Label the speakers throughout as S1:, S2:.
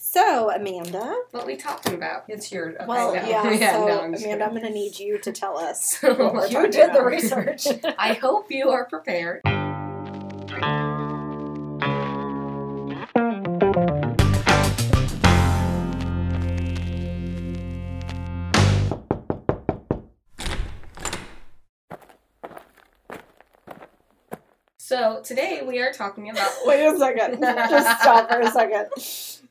S1: So, Amanda.
S2: What we talking about? It's your okay,
S1: Well,
S2: no.
S1: yeah. so,
S2: no, I'm just
S1: Amanda, I'm
S2: kidding.
S1: going to need you to tell us.
S2: So,
S1: what we're
S2: you
S1: talking
S2: did the
S1: about.
S2: research. I hope you are prepared. So today we are talking about
S1: Wait a second. Just stop for a second.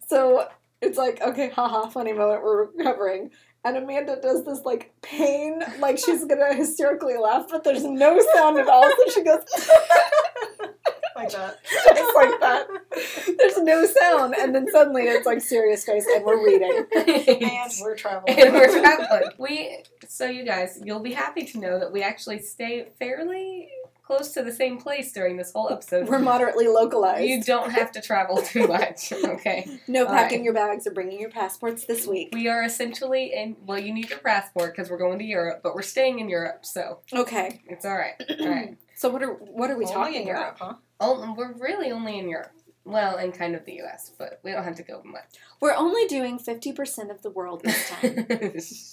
S1: So it's like, okay, haha, funny moment, we're recovering. And Amanda does this like pain, like she's gonna hysterically laugh, but there's no sound at all. So she goes
S3: like that.
S1: just like that. There's no sound. And then suddenly it's like serious face and we're reading.
S3: And we're traveling.
S2: and we're traveling. We so you guys, you'll be happy to know that we actually stay fairly close to the same place during this whole episode.
S1: We're moderately localized.
S2: you don't have to travel too much, okay?
S1: no
S2: all
S1: packing
S2: right.
S1: your bags or bringing your passports this week.
S2: We are essentially in. Well, you need your passport because we're going to Europe, but we're staying in Europe, so
S1: Okay.
S2: it's all right. All right.
S1: So what are what are we
S3: Only
S1: talking
S3: in
S1: about?
S3: Europe, huh?
S2: Oh, we're really only in Europe. Well, and kind of the U.S., but we don't have to go much.
S1: We're only doing fifty percent of the world this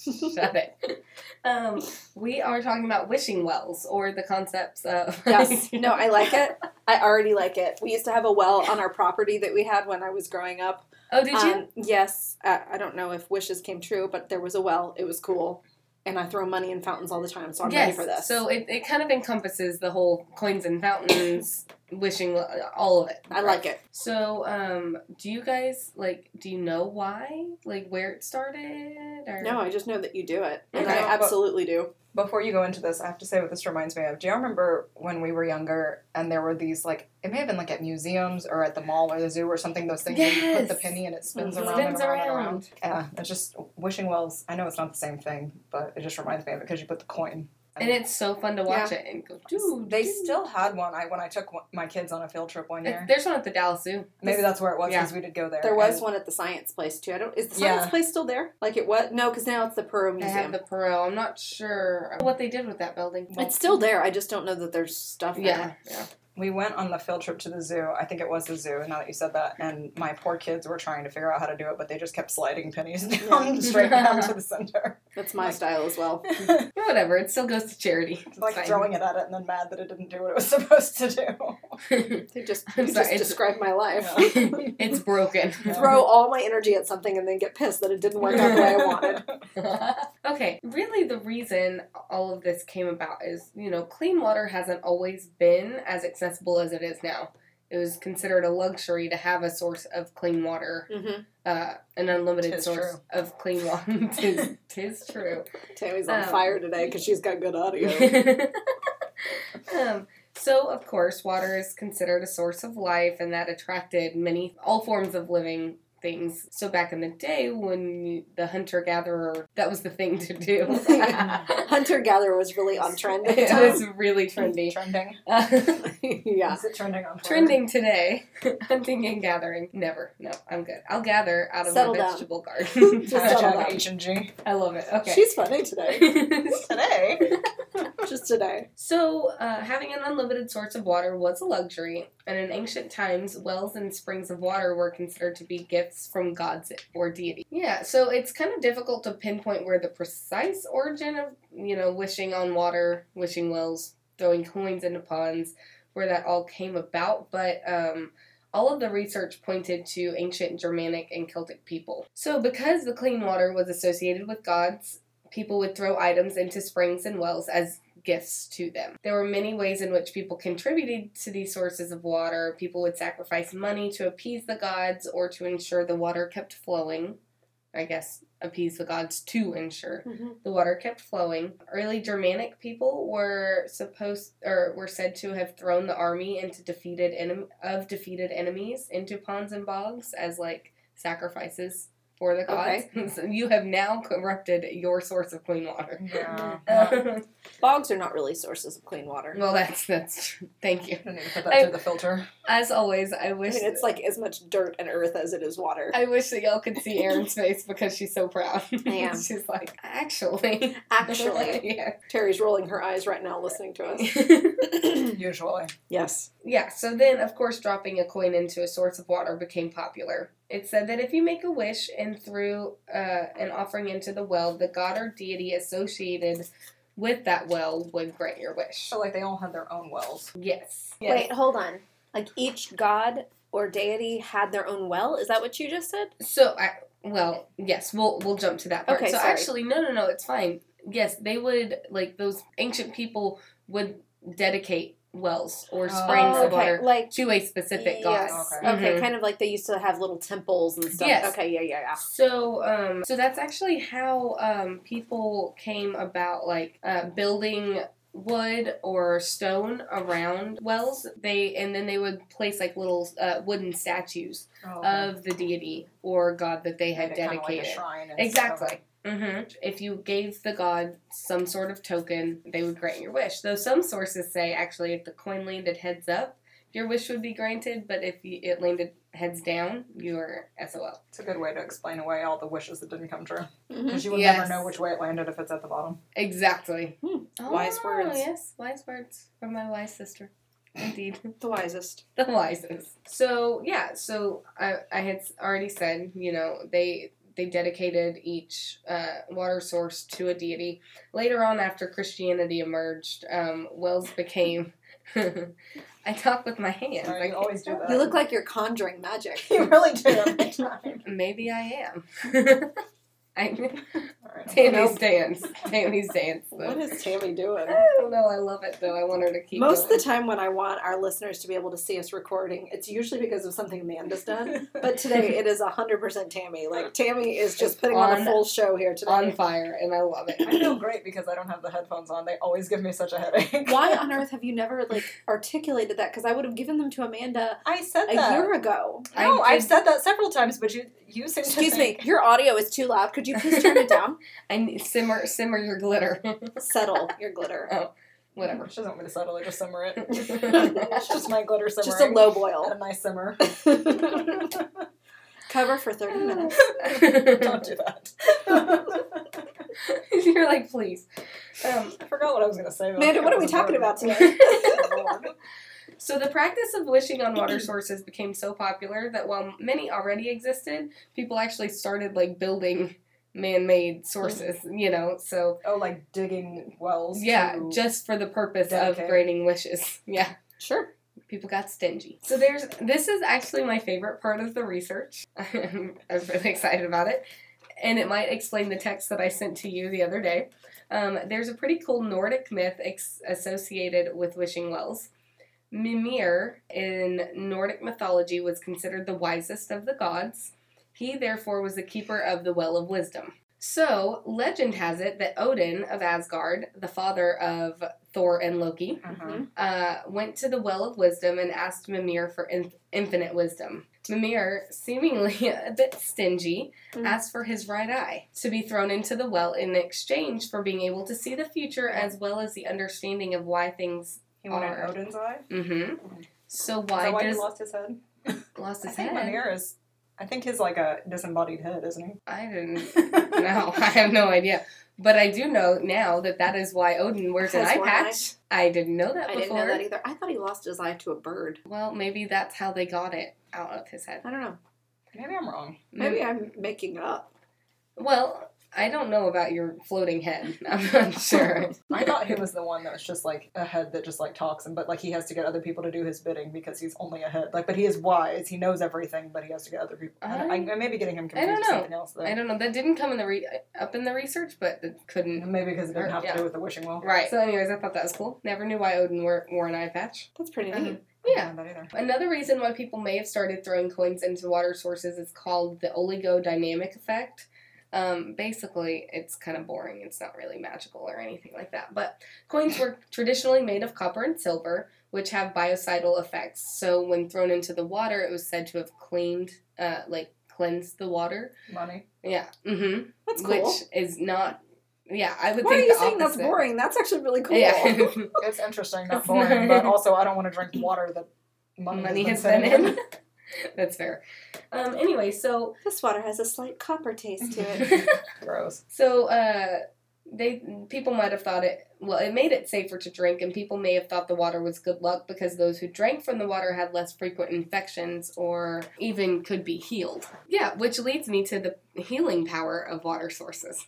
S1: time.
S2: Shut it. Um, we are talking about wishing wells or the concepts of
S1: Yes. No, I like it. I already like it. We used to have a well on our property that we had when I was growing up.
S2: Oh, did you?
S1: Um, yes. Uh, I don't know if wishes came true, but there was a well. It was cool. And I throw money in fountains all the time, so I'm ready for this.
S2: So it, it kind of encompasses the whole coins and fountains, wishing well, all of it.
S1: I like it.
S2: So, um, do you guys like? Do you know why? Like where it started? Or
S1: No, I just know that you do it. And
S2: Okay.
S1: I absolutely do.
S3: Before you go into this, I have to say what this reminds me of. Do you remember when we were younger and there were these like it may have been like at museums or at the mall or the zoo or something, those things where you put the
S2: Yes.
S3: penny and it spins
S1: Mhm.
S3: around
S2: Spins
S3: and around, and
S2: around.
S3: around. Yeah, it's just wishing wells. I know it's not the same thing, but it just reminds me of it because you put the coin.
S2: And it's so fun to watch it and go, dude.
S3: they
S2: dude."
S3: still had one. I when I took one, my kids on a field trip one
S2: Mm. It's-
S3: year.
S2: There's one at the Dallas Zoo.
S3: Maybe that's where it was
S2: Yeah.
S3: because we did go there.
S1: There was
S3: and
S1: one at the science place too. I don't. Is the
S3: Yeah.
S1: science place still there? Like it was? No, because now it's the Perot
S2: They have
S1: Museum.
S2: the Perot. I'm not sure what they did with that building.
S1: it's still there. I just don't know that there's stuff. in
S2: yeah,
S1: it.
S2: yeah.
S3: We went on the field trip to the zoo. I think it was the zoo. Now that you said that, and my poor kids were trying to figure out how to do it, but they just kept sliding pennies down straight down to the center,
S1: that's my style as well.
S2: But whatever. It still goes to charity. It's
S3: like
S2: fine.
S3: throwing it at it and then mad that it didn't do what it was supposed to do.
S1: They just,
S2: I'm
S1: you
S2: sorry,
S1: just
S2: it's-
S1: described my life.
S3: Yeah.
S2: it's broken.
S1: Throw all my energy at something and then get pissed that it didn't work out the way I wanted.
S2: okay, really the reason all of this came about is, you know, clean water hasn't always been as accessible as it is now. It was considered a luxury to have a source of clean water,
S1: Mm-hmm.
S2: uh, an unlimited
S3: Tis
S2: source
S3: true.
S2: of clean water. tis, tis true.
S1: Tammy's on
S2: Um,
S1: fire today because she's got good audio.
S2: um, so, of course, water is considered a source of life, and that attracted many, all forms of living things. So, back in the day, when you, the hunter gatherer, that was the thing to do.
S1: Hunter gatherer was really on trend at the
S2: it
S1: time.
S2: was really trendy.
S3: Trending.
S1: yeah.
S3: Is it trending on Twitter?
S2: Trending today, hunting and gathering. Never. No, I'm good. I'll gather out of
S1: Settle
S2: my
S1: down.
S2: vegetable garden.
S1: Just settle down.
S3: Hashtag H and G.
S2: I love it. Okay.
S1: She's funny today.
S3: Today.
S1: Just today.
S2: So, uh, having an unlimited source of water was a luxury, and in ancient times, wells and springs of water were considered to be gifts from gods or deities. Yeah, so it's kind of difficult to pinpoint where the precise origin of, you know, wishing on water, wishing wells, throwing coins into ponds, where that all came about, but um, all of the research pointed to ancient Germanic and Celtic people. So, because the clean water was associated with gods, people would throw items into springs and wells as gifts to them. There were many ways in which people contributed to these sources of water. People would sacrifice money to appease the gods or to ensure the water kept flowing. I guess appease the gods to ensure
S1: Mm-hmm.
S2: the water kept flowing. Early Germanic people were supposed or were said to have thrown the army into defeated enem- of defeated enemies into ponds and bogs as like sacrifices for the gods. so you have now corrupted your source of clean water.
S3: Yeah. I
S1: Uh.
S2: well,
S1: Bogs are not really sources of clean water.
S2: that's that's true. Thank you.
S3: didn't even put that
S2: I-
S3: through the filter.
S2: As always, I
S1: I
S2: wish
S1: mean, it's like as much dirt and earth as it is water.
S2: I wish that y'all could see Erin's face because she's so proud.
S1: I am.
S2: she's like, actually,
S1: Actually,
S2: yeah.
S1: Terry's rolling her eyes right now listening to us.
S3: Usually.
S1: yes.
S2: Yeah, so then, of course, dropping a coin into a source of water became popular. It said that if you make a wish and threw uh, an offering into the well, the god or deity associated with that well would grant your wish.
S3: So like they all had their own wells.
S2: Yes.
S3: Yes.
S1: Wait, hold on. Like each god or deity had their own well. Is that what you just said?
S2: So I well, yes, we'll we'll jump to that part.
S1: Okay,
S2: so
S1: sorry.
S2: actually no no no, it's fine. Yes, they would like those ancient people would dedicate wells or
S3: Oh,
S2: springs
S3: okay.
S2: of water
S1: Like
S2: to a specific god.
S1: yes.
S3: Okay.
S1: Oh, Okay.
S2: Mhm.
S1: kind of like they used to have little temples and stuff.
S2: Yes.
S1: Okay, yeah, yeah, yeah.
S2: So, um, so that's actually how um, people came about, like uh, building wood or stone around wells. They and then they would place like little uh, wooden statues
S3: Oh,
S2: of the deity or god that Uh, they had
S3: Made it kinda like a
S2: dedicated.
S3: shrine and
S2: Exactly. hmm If you gave the god some sort of token, they would grant your wish. Though some sources say actually, if the coin landed heads up, your wish would be granted, but if you, it landed heads down, you're SOL.
S3: It's a good way to explain away all the wishes that didn't come true.
S1: Mm-hmm.
S3: Because you would
S2: Yes.
S3: never know which way it landed if it's at the bottom.
S2: Exactly.
S1: Hmm.
S3: Wise words.
S2: Yes, wise words from my wise sister. Indeed,
S1: The wisest.
S2: the wisest. So yeah, so I I had already said you know they they dedicated each uh, water source to a deity. Later on, after Christianity emerged, um, wells became. I talk with my hands.
S3: Sorry,
S2: I
S3: you always do
S2: can't-
S3: that.
S1: You look like you're conjuring magic.
S3: you really do every time.
S2: Maybe I am. I
S3: All right.
S2: Tammy's dance. Tammy's dance.
S1: what is Tammy doing?
S2: I don't know. I love it though. I want her to keep.
S1: Most of
S2: going.
S1: the time, when I want our listeners to be able to see us recording, it's usually because of something Amanda's done. But today, it is 100% Tammy. Like, Tammy is just putting on,
S2: On-
S1: a full show here
S2: on
S1: today.
S2: fire, and I love it.
S3: I feel great because I don't have the headphones on. They always give me such a headache.
S1: Why on earth have you never, like, articulated that? Because I would have given them to Amanda
S3: I said
S1: a
S3: that.
S1: year ago.
S3: No,
S2: I
S3: I've said that several times, but you you seem to
S1: Excuse me,
S3: think-
S1: your audio is too loud. Could you please turn it down?
S2: And simmer, simmer your glitter,
S1: Settle your glitter.
S2: whatever.
S3: She doesn't want me to settle it or simmer it.
S2: That's
S3: It's just my glitter simmering.
S1: Just a low
S3: and
S1: boil.
S3: a nice simmer.
S1: Cover for 30 minutes.
S3: Don't do that. I
S2: You're like, please. Um,
S3: forgot what I was going to say. but I
S1: Amanda,
S3: think
S1: what
S3: I
S1: are we
S3: was
S1: talking
S3: bored.
S1: about today?
S3: Lord.
S2: so the practice of wishing on water sources became so popular that while many already existed, people actually started like building man-made sources. You know, so
S3: Oh, like digging wells.
S2: yeah,
S3: to-
S2: just for the purpose of
S3: Dedicate.
S2: granting wishes. Yeah.
S1: Sure.
S2: people got stingy. So there's this is actually my favorite part of the research. I was really excited about it. And it might explain the text that I sent to you the other day. Um, there's a pretty cool Nordic myth ex- associated with wishing wells. Mimir in Nordic mythology was considered the wisest of the gods. He therefore was the keeper of the well of wisdom. So, legend has it that Odin of Asgard, the father of Thor and Loki,
S1: Mm-hmm.
S4: Mm-hmm.
S3: Uh-huh.
S2: uh, went to the Well of Wisdom and asked Mimir for in- infinite wisdom. Mimir, seemingly a bit stingy,
S1: Mm.
S2: asked for his right eye to be thrown into the well in exchange for being able to see the future as well as the understanding of why things.
S3: He wanted
S2: Are-
S3: Odin's eye.
S2: Mm-hmm. So
S3: Is
S2: why,
S3: that why
S2: does
S3: he lost his head?
S2: lost
S3: I
S2: his
S3: think
S2: head?
S3: Mimir is. I think he's like a disembodied head, isn't
S2: I didn't.
S3: he?
S2: No, I have no idea. But I do know now that that is why Odin wears an
S1: Has
S2: eye
S1: one
S2: patch. I didn't know that
S1: I
S2: before.
S1: didn't know that either. I thought he lost his eye to a bird.
S2: Well, maybe that's how they got it out of his head.
S1: I don't know.
S3: Maybe I'm wrong.
S1: Maybe
S4: Mm.
S1: I'm making it up.
S2: Well, I don't know about your floating head. I'm not sure.
S3: I thought he was the one that was just like a head that just like talks and but like he has to get other people to do his bidding because he's only a head. Like, but he is wise. He knows everything, but he has to get other people. I, I, I may be getting him
S2: I
S3: confused
S2: don't
S3: with
S2: know.
S3: something else though.
S2: I don't know. That didn't come in the re- up in the research, but it couldn't.
S3: Maybe because it didn't have
S2: Yeah.
S3: to do with the wishing well.
S2: Right. So, anyways, I thought that was cool. Never knew why Odin wore, wore an eye patch.
S1: That's pretty neat.
S2: Um, yeah.
S3: I don't know that either.
S2: Another reason why people may have started throwing coins into water sources is called the oligodynamic effect. Um, basically, it's kind of boring. It's not really magical or anything like that. But coins were traditionally made of copper and silver, which have biocidal effects. So when thrown into the water, it was said to have cleaned, uh, like cleansed the water.
S3: Money.
S2: Yeah. Mm-hmm.
S1: That's cool.
S2: Which is not. Yeah, I would
S1: Why are
S2: think
S1: you
S2: the
S1: saying that's
S2: opposite.
S1: boring? That's actually really cool.
S2: Yeah.
S3: It's interesting,
S2: It's
S3: not boring,
S2: not-
S3: but also I don't want to drink water that money,
S2: Money
S3: has
S2: has
S3: been,
S2: been
S3: sitting
S2: in. That's fair. Um, anyway, so
S1: this water has a slight copper taste to it.
S3: Gross.
S2: So uh, they people might have thought it well it made it safer to drink and people may have thought the water was good luck because those who drank from the water had less frequent infections or even could be healed yeah which leads me to the healing power of water sources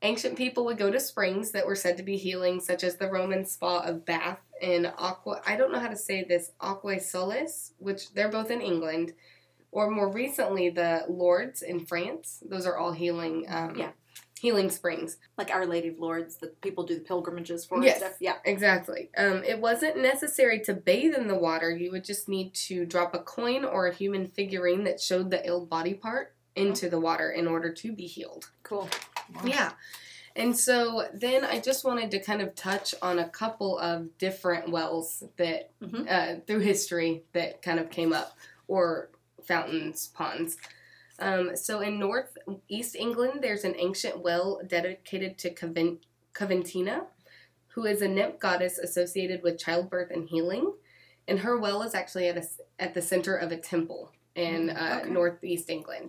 S2: ancient people would go to springs that were said to be healing such as the roman spa of bath in aqua i don't know how to say this aqua solis which they're both in england or more recently the lords in france those are all healing um,
S4: Yeah.
S2: healing springs
S4: Like Our Lady of Lords that people do the pilgrimages for
S2: Yes.
S4: and stuff. Yeah.
S2: Exactly. Um, it wasn't necessary to bathe in the water. You would just need to drop a coin or a human figurine that showed the ill body part into the water in order to be healed.
S4: Cool.
S2: Yeah. And so then I just wanted to kind of touch on a couple of different wells that
S4: Mhm.
S2: uh, through history that kind of came up or fountains, ponds. Um, so in North East England, there's an ancient well dedicated to Coven- Coventina, who is a nymph goddess associated with childbirth and healing. And her well is actually at a s at the center of a temple in
S3: Mm,
S2: uh,
S4: okay.
S2: northeast England.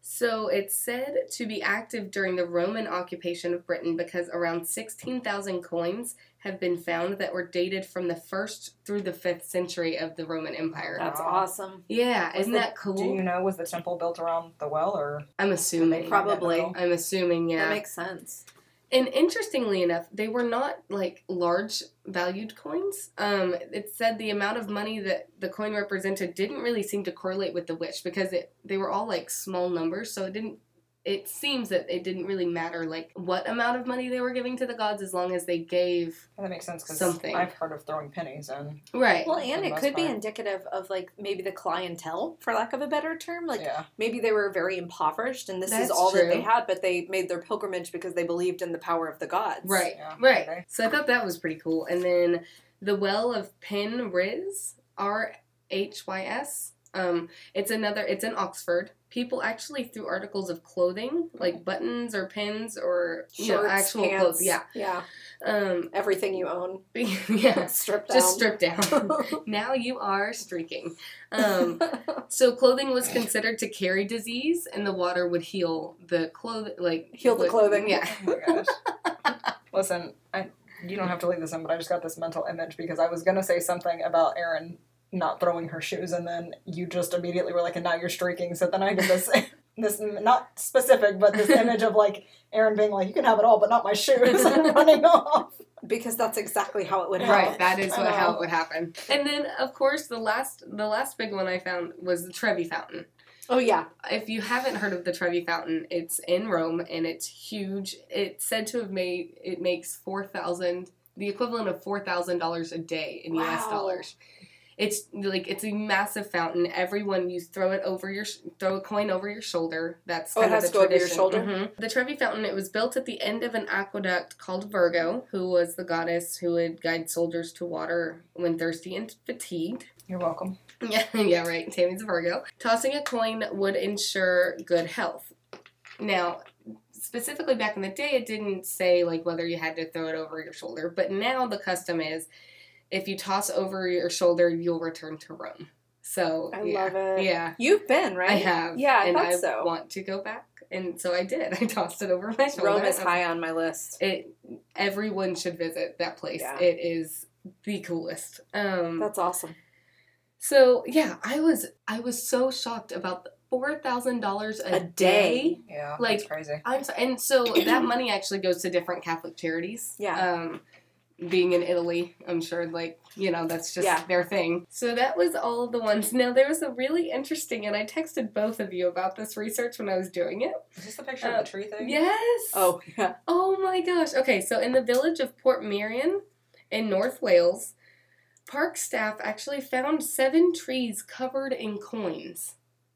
S2: So it's said to be active during the Roman occupation of Britain because around 16,000 coins have been found that were dated from the first through the fifth century of the Roman Empire.
S4: That's
S3: Wow.
S4: awesome.
S2: yeah,
S3: Was
S2: isn't
S3: the-
S2: that cool?
S3: Do you know was the temple built around the well or
S2: I'm assuming.
S3: Yeah,
S4: Probably.
S3: no.
S2: I'm assuming, yeah.
S4: That makes sense.
S2: And interestingly enough, they were not like large valued coins. Um, it said the amount of money that the coin represented didn't really seem to correlate with the wish because it they were all like small numbers, so it didn't. It seems that it didn't really matter like what amount of money they were giving to the gods as long as they gave
S3: that makes sense because
S2: Something.
S3: I've heard of throwing pennies and
S2: right.
S4: Well, and
S3: the
S4: it
S3: most
S4: could be
S3: part.
S4: indicative of like maybe the clientele, for lack of a better term. Like
S3: yeah.
S4: maybe they were very impoverished and this is
S2: That's
S4: all that they
S2: true.
S4: had, but they made their pilgrimage because they believed in the power of the gods.
S2: Right,
S3: Yeah,
S2: right.
S3: okay.
S2: So I thought that was pretty cool. And then the Well of Pen Riz, R H Y S. Um, it's another. It's in Oxford. People actually threw articles of clothing,
S1: Oh.
S2: like buttons or pins or you
S4: Shorts,
S2: know, actual
S4: pants.
S2: clothes. Yeah.
S1: Yeah,
S2: Um,
S1: everything you own
S2: yeah.
S1: stripped
S2: Just
S1: down.
S2: stripped down. now you are streaking. Um, so clothing was considered to carry disease, and the water would heal the clothing. Like
S1: Heal the
S2: would-
S1: clothing.
S2: Yeah.
S3: Oh my gosh. Listen, I, you don't have to leave this in, but I just got this mental image because I was gonna say something about Erin not throwing her shoes, and then you just immediately were like, "And now you're streaking." So then I did this, this not specific, but this image of like Erin being like, "You can have it all, but not my shoes," and running off.
S4: Because that's exactly how it would happen.
S2: Right, that is what, how
S3: Oh.
S2: it would happen. And then, of course, the last the last big one I found was the Trevi Fountain.
S1: Oh yeah,
S2: If you haven't heard of the Trevi Fountain, it's in Rome and it's huge. It's said to have made it makes four thousand, the equivalent of four thousand dollars a day in U.S.
S1: Wow.
S2: dollars. It's like it's a massive fountain. Everyone, you throw it over your sh- throw a coin over your shoulder. That's
S4: Oh, it
S2: kind of
S4: has
S2: the
S4: to go over your
S2: tradition.
S4: shoulder?
S2: Mhm. The Trevi Fountain. It was built at the end of an aqueduct called Virgo, who was the goddess who would guide soldiers to water when thirsty and fatigued.
S3: You're welcome.
S2: Yeah, yeah, right. Tammy's a Virgo. Tossing a coin would ensure good health. Now, specifically back in the day, it didn't say like whether you had to throw it over your shoulder, but now the custom is if you toss over your shoulder, you'll return to Rome. So
S1: I
S2: yeah,
S1: love it.
S2: Yeah,
S4: You've been, right?
S2: I have.
S4: Yeah, I
S2: and
S4: thought
S2: I
S4: so.
S2: want to go back, and so I did. I tossed it over my shoulder.
S4: Rome is
S2: and I was
S4: high on my list.
S2: it everyone should visit that place.
S4: Yeah.
S2: It is the coolest. Um,
S4: That's awesome.
S2: so yeah, I was I was so shocked about the four thousand dollars
S4: A
S2: a
S4: day.
S2: day.
S3: Yeah,
S2: Like-
S3: that's crazy.
S2: I'm so, and so that money actually goes to different Catholic charities.
S4: Yeah.
S2: Um, being in Italy, I'm sure like you know that's just
S4: Yeah.
S2: their thing. So that was all of the ones. Now there was a really interesting, and I texted both of you about this research when I was doing it.
S3: Is this the picture
S2: of
S3: of
S2: the
S3: the tree thing?
S2: Yes.
S4: Oh, yeah.
S2: Oh my gosh. Okay, so in the village of Port Merion in North Wales, park staff actually found seven trees covered in coins.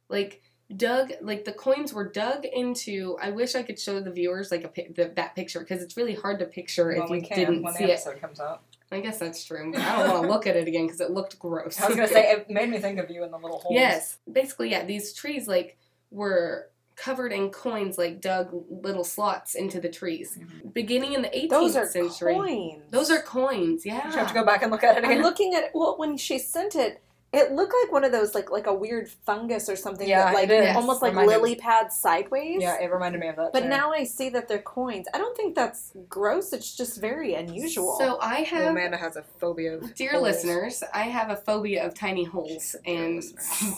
S2: Like dug like the coins were dug into I wish I could show the viewers like a pic- the, that picture because it's really hard to picture
S3: When
S2: if you
S3: we can,
S2: didn't
S3: when the
S2: see it.
S3: episode comes out.
S2: I guess that's true. I don't want to look at it again because it looked gross.
S3: I was gonna say it made me think of you in the little holes.
S2: Yes, basically, yeah. These trees like were covered in coins, like dug little slots into the trees. Beginning in the 18th
S1: those are
S2: century,
S1: coins.
S2: those are coins.
S3: You have
S2: Yeah,
S3: to go back and look at it
S1: I'm
S3: again.
S1: looking at well when she sent it. It looked like one of those like like a weird fungus or something
S3: Yeah,
S1: that like
S3: it
S2: is.
S1: almost like
S3: Reminded-
S1: lily pads sideways.
S3: Yeah, it reminded me of that.
S1: But
S3: too.
S1: now I see that they're coins. I don't think that's gross. It's just very unusual.
S2: So I
S3: Well,
S2: have,
S3: Amanda has a phobia of
S2: dear
S3: holes.
S2: listeners, I have a phobia of tiny holes
S3: Dear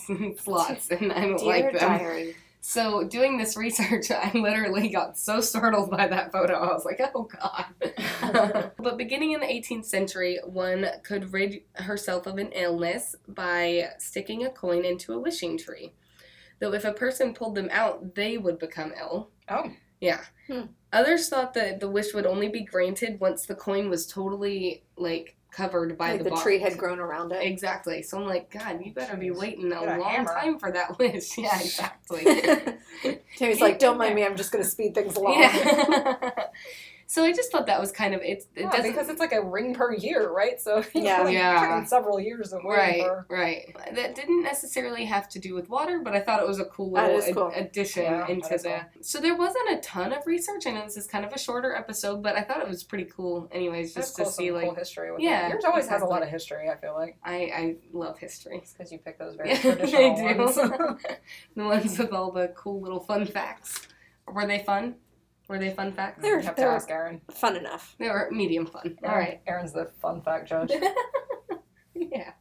S2: and slots, and I don't
S4: Dear
S2: like them.
S4: diary.
S2: So doing this research, I literally got so startled by that photo. I was like, "Oh God!" but beginning in the 18th century, one could rid herself of an illness by sticking a coin into a wishing tree. Though if a person pulled them out, they would become ill.
S3: Oh.
S2: Yeah.
S1: Hmm.
S2: Others thought that the wish would only be granted once the coin was totally like covered by
S1: like
S2: the,
S1: the
S2: box.
S1: tree had grown around it.
S2: Exactly. So I'm like, God, you better be
S3: Jeez.
S2: waiting a
S3: Get a
S2: long
S3: hammer."
S2: time for that wish. Yeah, exactly.
S1: Tammy's like, don't mind me. I'm just going to speed things along.
S2: Yeah. so I just thought that was kind of it. It
S3: Yeah,
S2: doesn't.
S3: because it's like a ring per year, right? So you're,
S1: Yeah.
S3: like,
S2: Yeah.
S3: taking several years of waiting
S2: right,
S3: for-
S2: right. That didn't necessarily have to do with water, but I thought it was a cool
S1: That
S2: little
S1: is cool.
S2: ad- addition
S3: Yeah,
S2: into
S3: that
S2: the.
S3: is cool.
S2: So there wasn't a ton of research. I know this is kind of a shorter episode, but I thought it was pretty cool. Anyways,
S3: That's
S2: just
S3: cool,
S2: to see
S3: some
S2: like
S3: cool history. With
S2: Yeah,
S3: it. yours always has a
S2: exactly.
S3: lot of history. I feel like
S2: I I love history.
S3: because you pick those very
S2: Yeah, they
S3: traditional
S2: do.
S3: ones.
S2: the ones with all the cool little fun facts. Were they fun? Were they fun facts?
S1: They're-
S3: you have to
S1: they're-
S3: ask Aaron.
S1: Fun enough.
S2: They were medium fun. All right.
S3: Aaron's the fun fact judge.
S2: Yeah.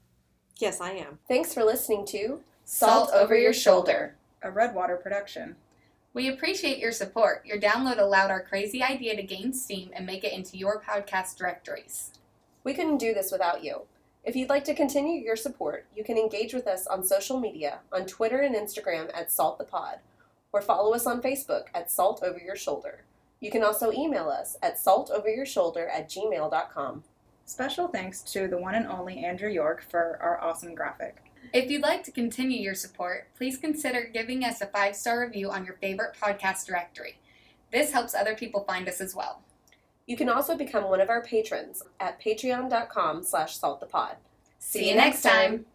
S1: Yes, I am.
S5: Thanks for listening to
S4: Salt Over Your Shoulder.
S5: a Redwater production.
S4: We appreciate your support. Your download allowed our crazy idea to gain steam and make it into your podcast directories.
S5: We couldn't do this without you. If you'd like to continue your support, you can engage with us on social media on Twitter and Instagram at Salt the Pod, or follow us on Facebook at Salt Over Your Shoulder. You can also email us at saltoveryourshoulder at gmail.com.
S6: Special thanks to the one and only Andrew York for our awesome graphic.
S4: If you'd like to continue your support, please consider giving us a five star review on your favorite podcast directory. This helps other people find us as well.
S5: You can also become one of our patrons at patreon.com slash saltthepod.
S4: See you next time.